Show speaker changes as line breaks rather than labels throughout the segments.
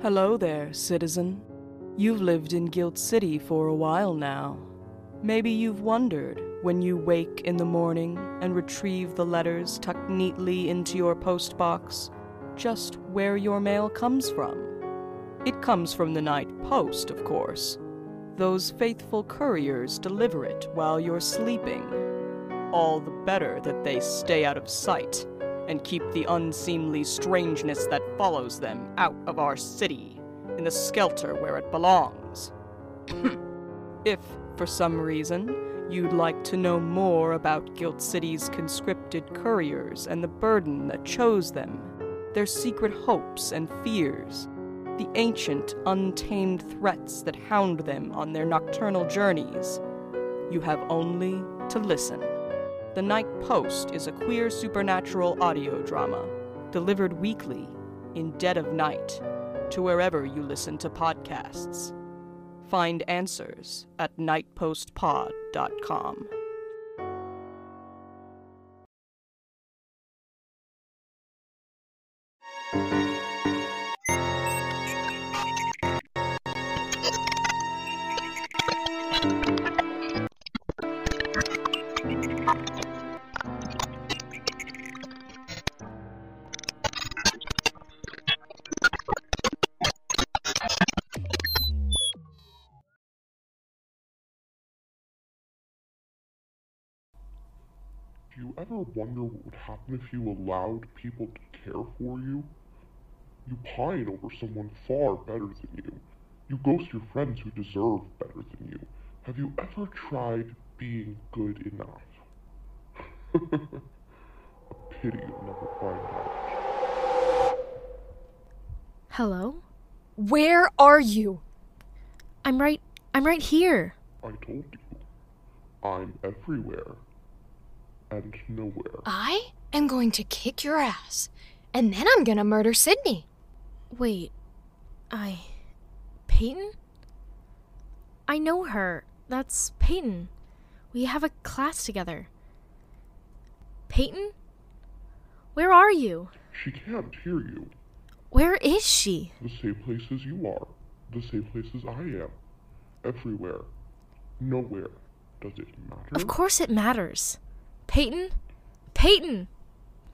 Hello there, citizen. You've lived in Guilt City for a while now. Maybe you've wondered when you wake in the morning and retrieve the letters tucked neatly into your postbox just where your mail comes from. It comes from the night post, of course. Those faithful couriers deliver it while you're sleeping all the better that they stay out of sight and keep the unseemly strangeness that follows them out of our city in the skelter where it belongs. if, for some reason, you'd like to know more about Guilt City's conscripted couriers and the burden that chose them, their secret hopes and fears, the ancient, untamed threats that hound them on their nocturnal journeys, you have only to listen. The Night Post is a queer supernatural audio drama delivered weekly in dead of night to wherever you listen to podcasts. Find answers at nightpostpod.com.
Do you ever wonder what would happen if you allowed people to care for you? You pine over someone far better than you. You ghost your friends who deserve better than you. Have you ever tried being good enough? A pity you'll never find out.
Hello? Where are you? I'm right I'm right here.
I told you. I'm everywhere. And nowhere.
I am going to kick your ass. And then I'm gonna murder Sydney.
Wait. I Peyton? I know her. That's Peyton. We have a class together. Peyton? Where are you?
She can't hear you.
Where is she?
The same place as you are. The same place as I am. Everywhere. Nowhere. Does it matter?
Of course it matters. Peyton? Peyton!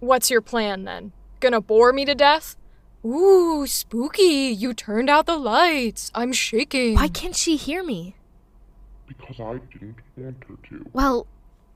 What's your plan then? Gonna bore me to death? Ooh, spooky. You turned out the lights. I'm shaking.
Why can't she hear me?
Because I didn't want her to.
Well,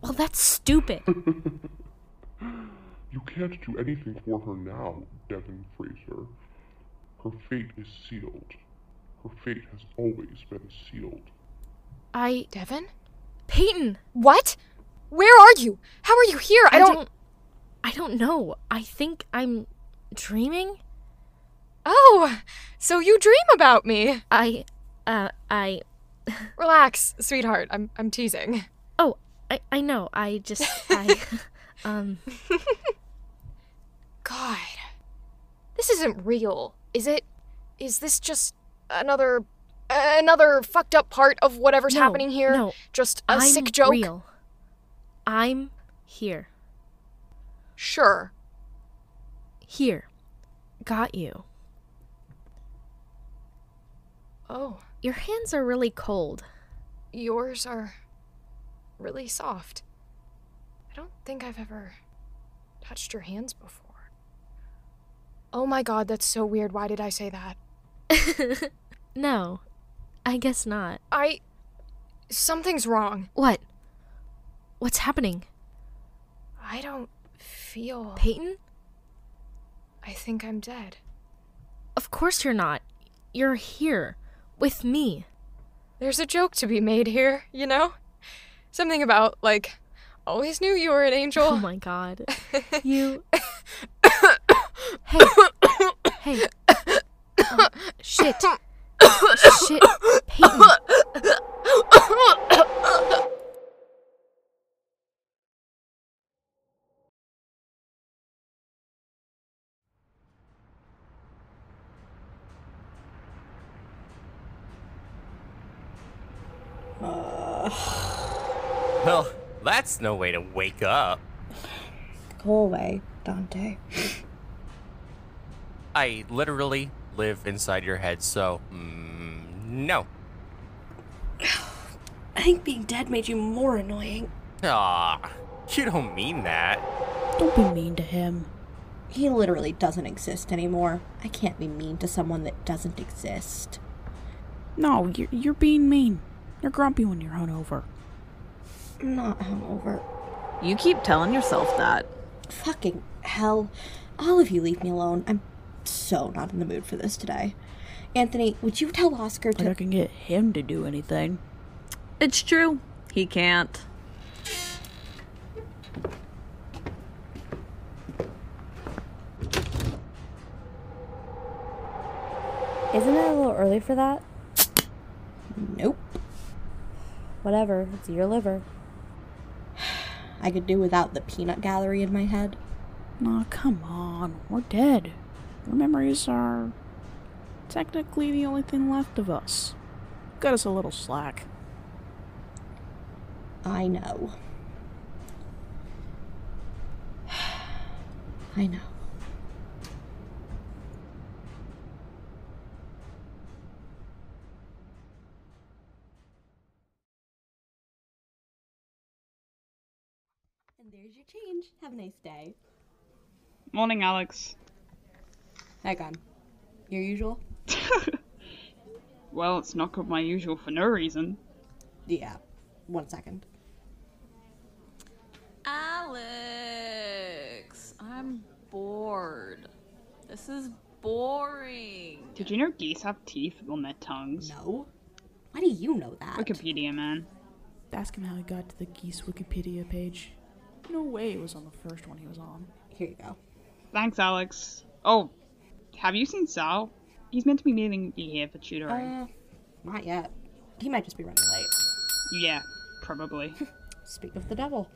well, that's stupid.
Hmm.
You can't do anything for her now, Devin Fraser. Her fate is sealed. Her fate has always been sealed.
I.
Devin?
Peyton!
What? Where are you? How are you here? I, don't...
I don't know. I think I'm dreaming.
Oh, so you dream about me.
I. Uh, I.
Relax, sweetheart. I'm I'm teasing.
Oh, I, I know. I just. I. um.
God. This isn't real, is it? Is this just another another fucked up part of whatever's
No,
happening here?
no.
Just a
I'm
sick joke.
real. I'm here.
Sure.
Here. Got you.
Oh,
Your hands are really cold.
yours are really soft. I don't think I've ever touched your hands before. Oh my god, that's so weird. Why did I say that?
no, I guess not.
I something's wrong.
What? What's happening?
I don't feel
Peyton?
I think I'm dead.
Of course you're not. You're here. With me.
There's a joke to be made here, you know? Something about like always knew you were an angel.
Oh my god. You. hey. Hey. Oh, shit. shit. Peyton.
Well, that's no way to wake up.
Go away, Dante.
I literally live inside your head, so mm, no.
I think being dead made you more annoying.
Ah, you don't mean that.
Don't be mean to him.
He literally doesn't exist anymore. I can't be mean to someone that doesn't exist.
No, you're, you're being mean. You're grumpy when you're hungover.
I'm not hungover.
You keep telling yourself that.
Fucking hell. All of you leave me alone. I'm so not in the mood for this today. Anthony, would you tell Oscar
But I
to.
can get him to do anything.
It's true. He can't.
Isn't it a little early for that?
Nope.
Whatever, it's your liver.
I could do without the peanut gallery in my head.
Aw, come on. We're dead. Our memories are technically the only thing left of us. Got us a little slack.
I know. I know. And there's your change. Have a nice day.
Morning, Alex.
Hang on. Your usual?
Well, it's not called my usual for no reason.
Yeah. One second.
Alex, I'm bored. This is boring.
Did you know geese have teeth on their tongues?
No. Why do you know that?
Wikipedia, man.
Ask him how he got to the geese Wikipedia page. No way it was on the first one he was on.
Here you go.
Thanks, Alex. Oh, have you seen Sal? He's meant to be meeting me here for tutoring.
Uh, not yet. He might just be running late.
yeah, probably.
Speak of the devil.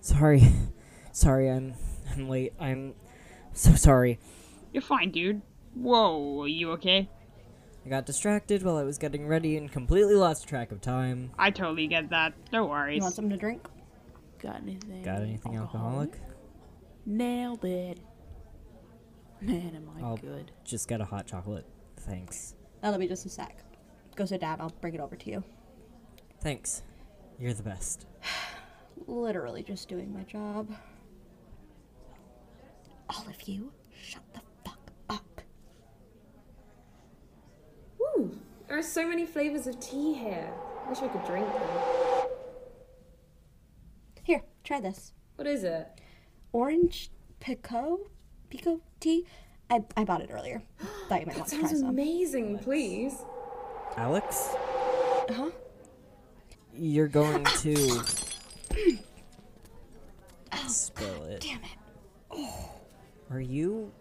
Sorry. Sorry, I'm I'm late. I'm so sorry.
You're fine, dude. Whoa, are you okay?
I got distracted while I was getting ready and completely lost track of time.
I totally get that. No
You
worries.
want something to drink?
Got anything?
Got anything alcoholic?
Nailed it. Man, am I
I'll
good.
just get a hot chocolate. Thanks.
That'll be just a sec. Go sit down. I'll bring it over to you.
Thanks. You're the best.
Literally just doing my job. All of you, shut the fuck up.
Ooh, there are so many flavors of tea here. I wish I could drink them.
Here, try this.
What is it?
Orange pico, pico tea. I, I bought it earlier. Thought you might
That
want to try
sounds
some.
amazing, please.
Alex,
Huh?
you're going to spill it.
Damn it.
Oh.
Are you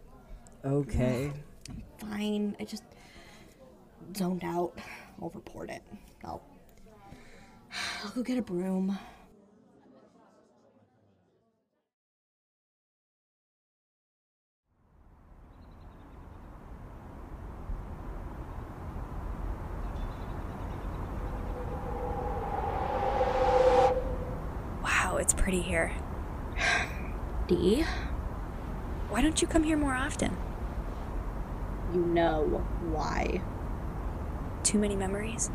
okay?
Fine. I just zoned out. I'll report it. I'll, I'll go get a broom.
Wow, it's pretty here.
D,
Why don't you come here more often?
you know why.
Too many memories?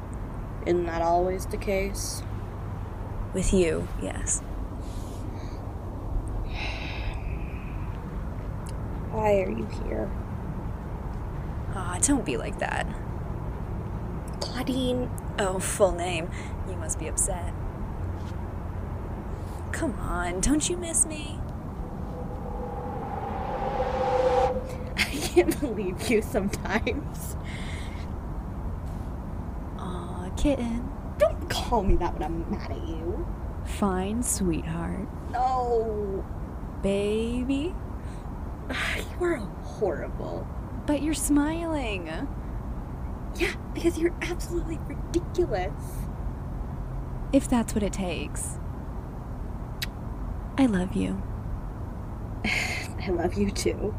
Isn't that always the case?
With you, yes.
Why are you here?
Aw, don't be like that.
Claudine,
Oh, full name. You must be upset. Come on, don't you miss me?
I can't believe you sometimes.
Aw, kitten.
Don't call me that when I'm mad at you.
Fine, sweetheart.
No.
Baby.
You are horrible.
But you're smiling.
Yeah, because you're absolutely ridiculous.
If that's what it takes. I love you.
I love you too.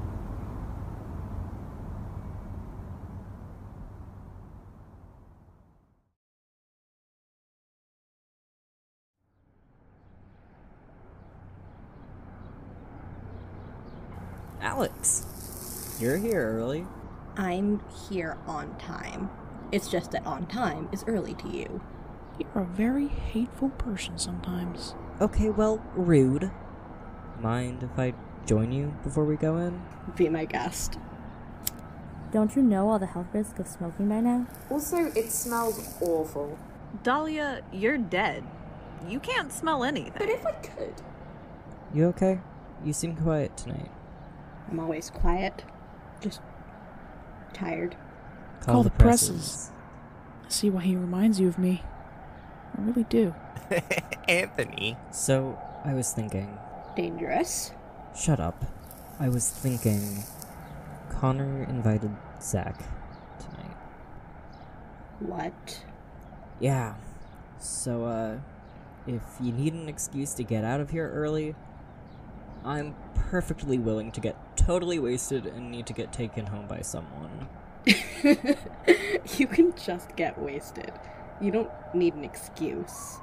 Alex,
You're here early.
I'm here on time. It's just that on time is early to you.
You're a very hateful person sometimes.
Okay, well, rude. Mind if I join you before we go in?
Be my guest.
Don't you know all the health risks of smoking by now?
Also, it smells awful.
Dahlia, you're dead. You can't smell anything. But
if I could.
You okay? You seem quiet tonight.
I'm always quiet. Just tired.
Call, the, presses. I see why he reminds you of me. I really do.
Anthony.
So, I was thinking.
Dangerous.
Shut up. I was thinking. Connor invited Zach tonight.
What?
Yeah. So, uh, if you need an excuse to get out of here early, I'm perfectly willing to get totally wasted and need to get taken home by someone.
You can just get wasted. You don't need an excuse.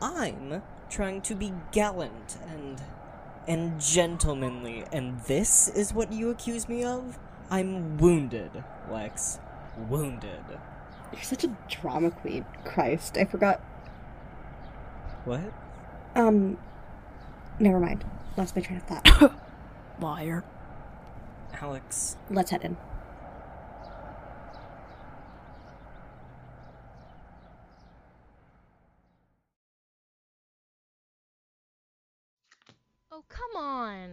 I'm trying to be gallant and and gentlemanly, and this is what you accuse me of? I'm wounded, Lex. Wounded.
You're such a drama queen. Christ, I forgot.
What?
Um, never mind. Lost my train of thought.
Liar.
Alex,
Let's head in.
Oh, come on.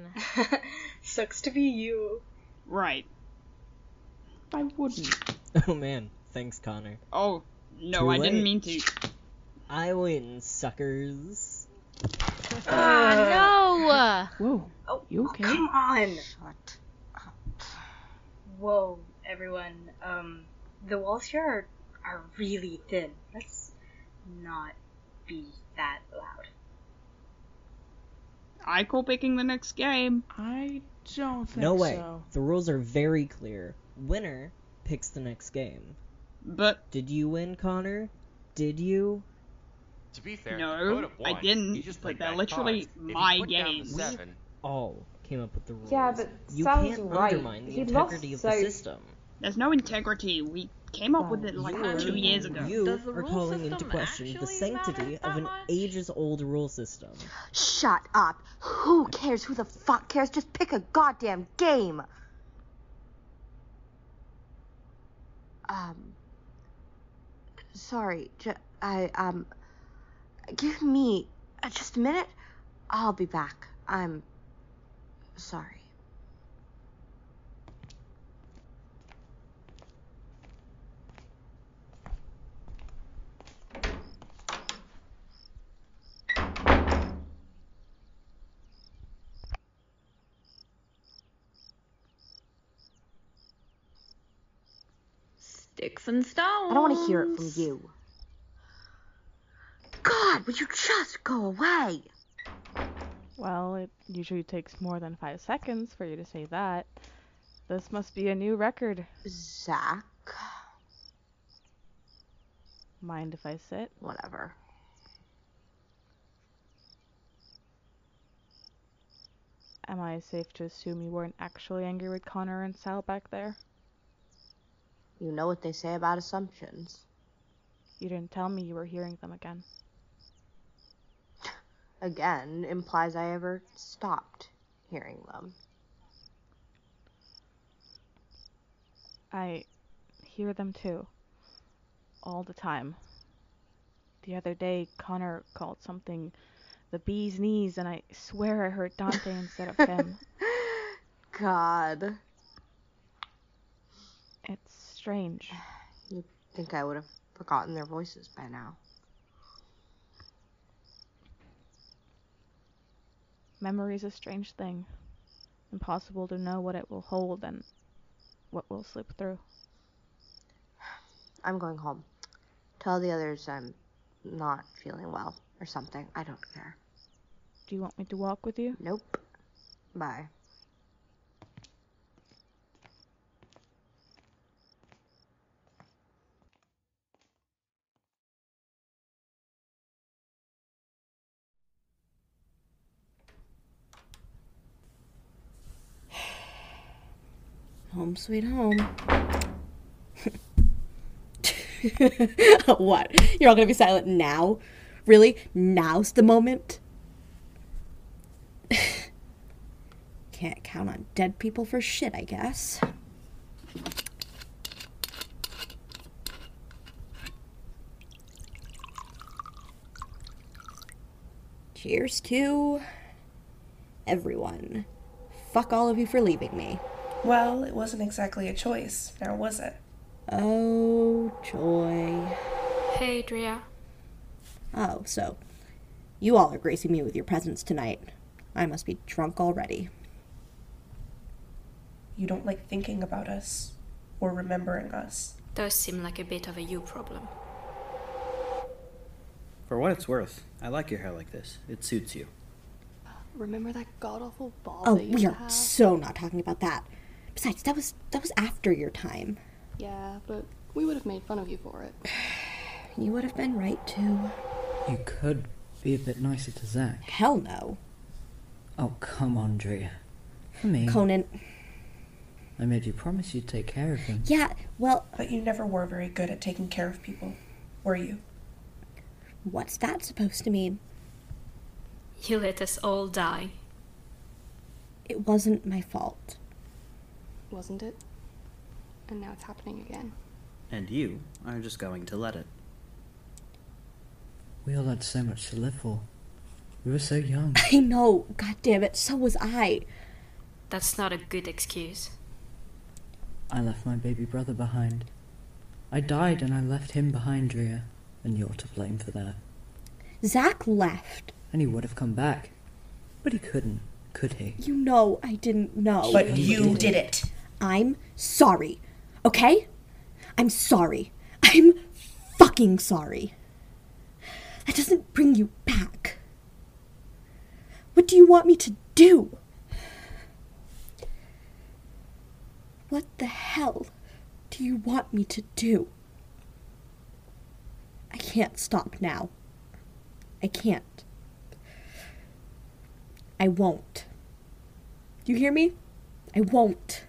Sucks to be you.
Right. I wouldn't.
Oh man, thanks, Connor.
Oh, no,
Too
I didn't
late.
mean to.
I win, suckers.
Ah, no.
Whoa.
Oh,
You
oh,
okay?
come on. Whoa, everyone. Um, the walls here are, are really thin. Let's not be that loud.
I call picking the next game.
I don't think
No way.
so.
The rules are very clear. Winner picks the next game.
But
did you win, Connor? Did you?
To be fair,
No,
you would've
I
won.
didn't,
You just
but
played
they're
bad
literally
cards. If you
my
put down the
games.
seven,
All came up with the rules.
Yeah, but
you
Sal's
can't
right.
undermine the
He lost,
integrity of
so-
the system.
There's no integrity. We came up with it like
You
two years ago.
You are calling into question the sanctity of an ages-old rule system.
Shut up. Who cares? Who the fuck cares? Just pick a goddamn game. Um. Sorry. Ju- I um. Give me uh, just a minute. I'll be back. I'm sorry.
Sticks and stones.
I don't want to hear it from you. God, would you just go away?
Well, it usually takes more than five seconds for you to say that. This must be a new record.
Zach?
Mind if I sit?
Whatever.
Am I safe to assume you weren't actually angry with Connor and Sal back there?
You know what they say about assumptions.
You didn't tell me you were hearing them again.
Again, implies I ever stopped hearing them.
I hear them too. All the time. The other day, Connor called something the bee's knees, and I swear I heard Dante instead of him.
God.
It's strange.
You'd think I would have forgotten their voices by now.
Memory's a strange thing. Impossible to know what it will hold and what will slip through.
I'm going home. Tell the others I'm not feeling well or something. I don't care.
Do you want me to walk with you?
Nope. Bye.
Oh
Home sweet home. what? You're all gonna be silent now? Really? Now's the moment? Can't count on dead people for shit, I guess. Cheers to everyone. Fuck all of you for leaving me.
Well, it wasn't exactly a choice, now was it?
Oh, joy.
Hey, Drea.
Oh, so you all are gracing me with your presence tonight. I must be drunk already.
You don't like thinking about us or remembering us.
Does seem like a bit of a you problem.
For what it's worth, I like your hair like this. It suits you.
Remember that god awful ball?
Oh,
that you
we are
had?
so not talking about that. Besides, that was that was after your time.
Yeah, but we would have made fun of you for it.
You would have been right too.
You could be a bit nicer to Zach.
Hell no.
Oh, come on, Drea. I mean,
Conan.
I made you promise you'd take care of him.
Yeah, well.
But you never were very good at taking care of people, were you?
What's that supposed to mean?
You let us all die.
It wasn't my fault.
Wasn't it? And now it's happening again.
And you are just going to let it.
We all had so much to live for. We were so young.
I know, god damn it, so was I.
That's not a good excuse.
I left my baby brother behind. I died and I left him behind, Drea. And you're to blame for that.
Zach left.
And he would have come back. But he couldn't, could he?
You know I didn't know.
But you did
it. I'm sorry, okay? I'm sorry. I'm fucking sorry. That doesn't bring you back. What do you want me to do? What the hell do you want me to do? I can't stop now. I can't. I won't. You hear me? I won't.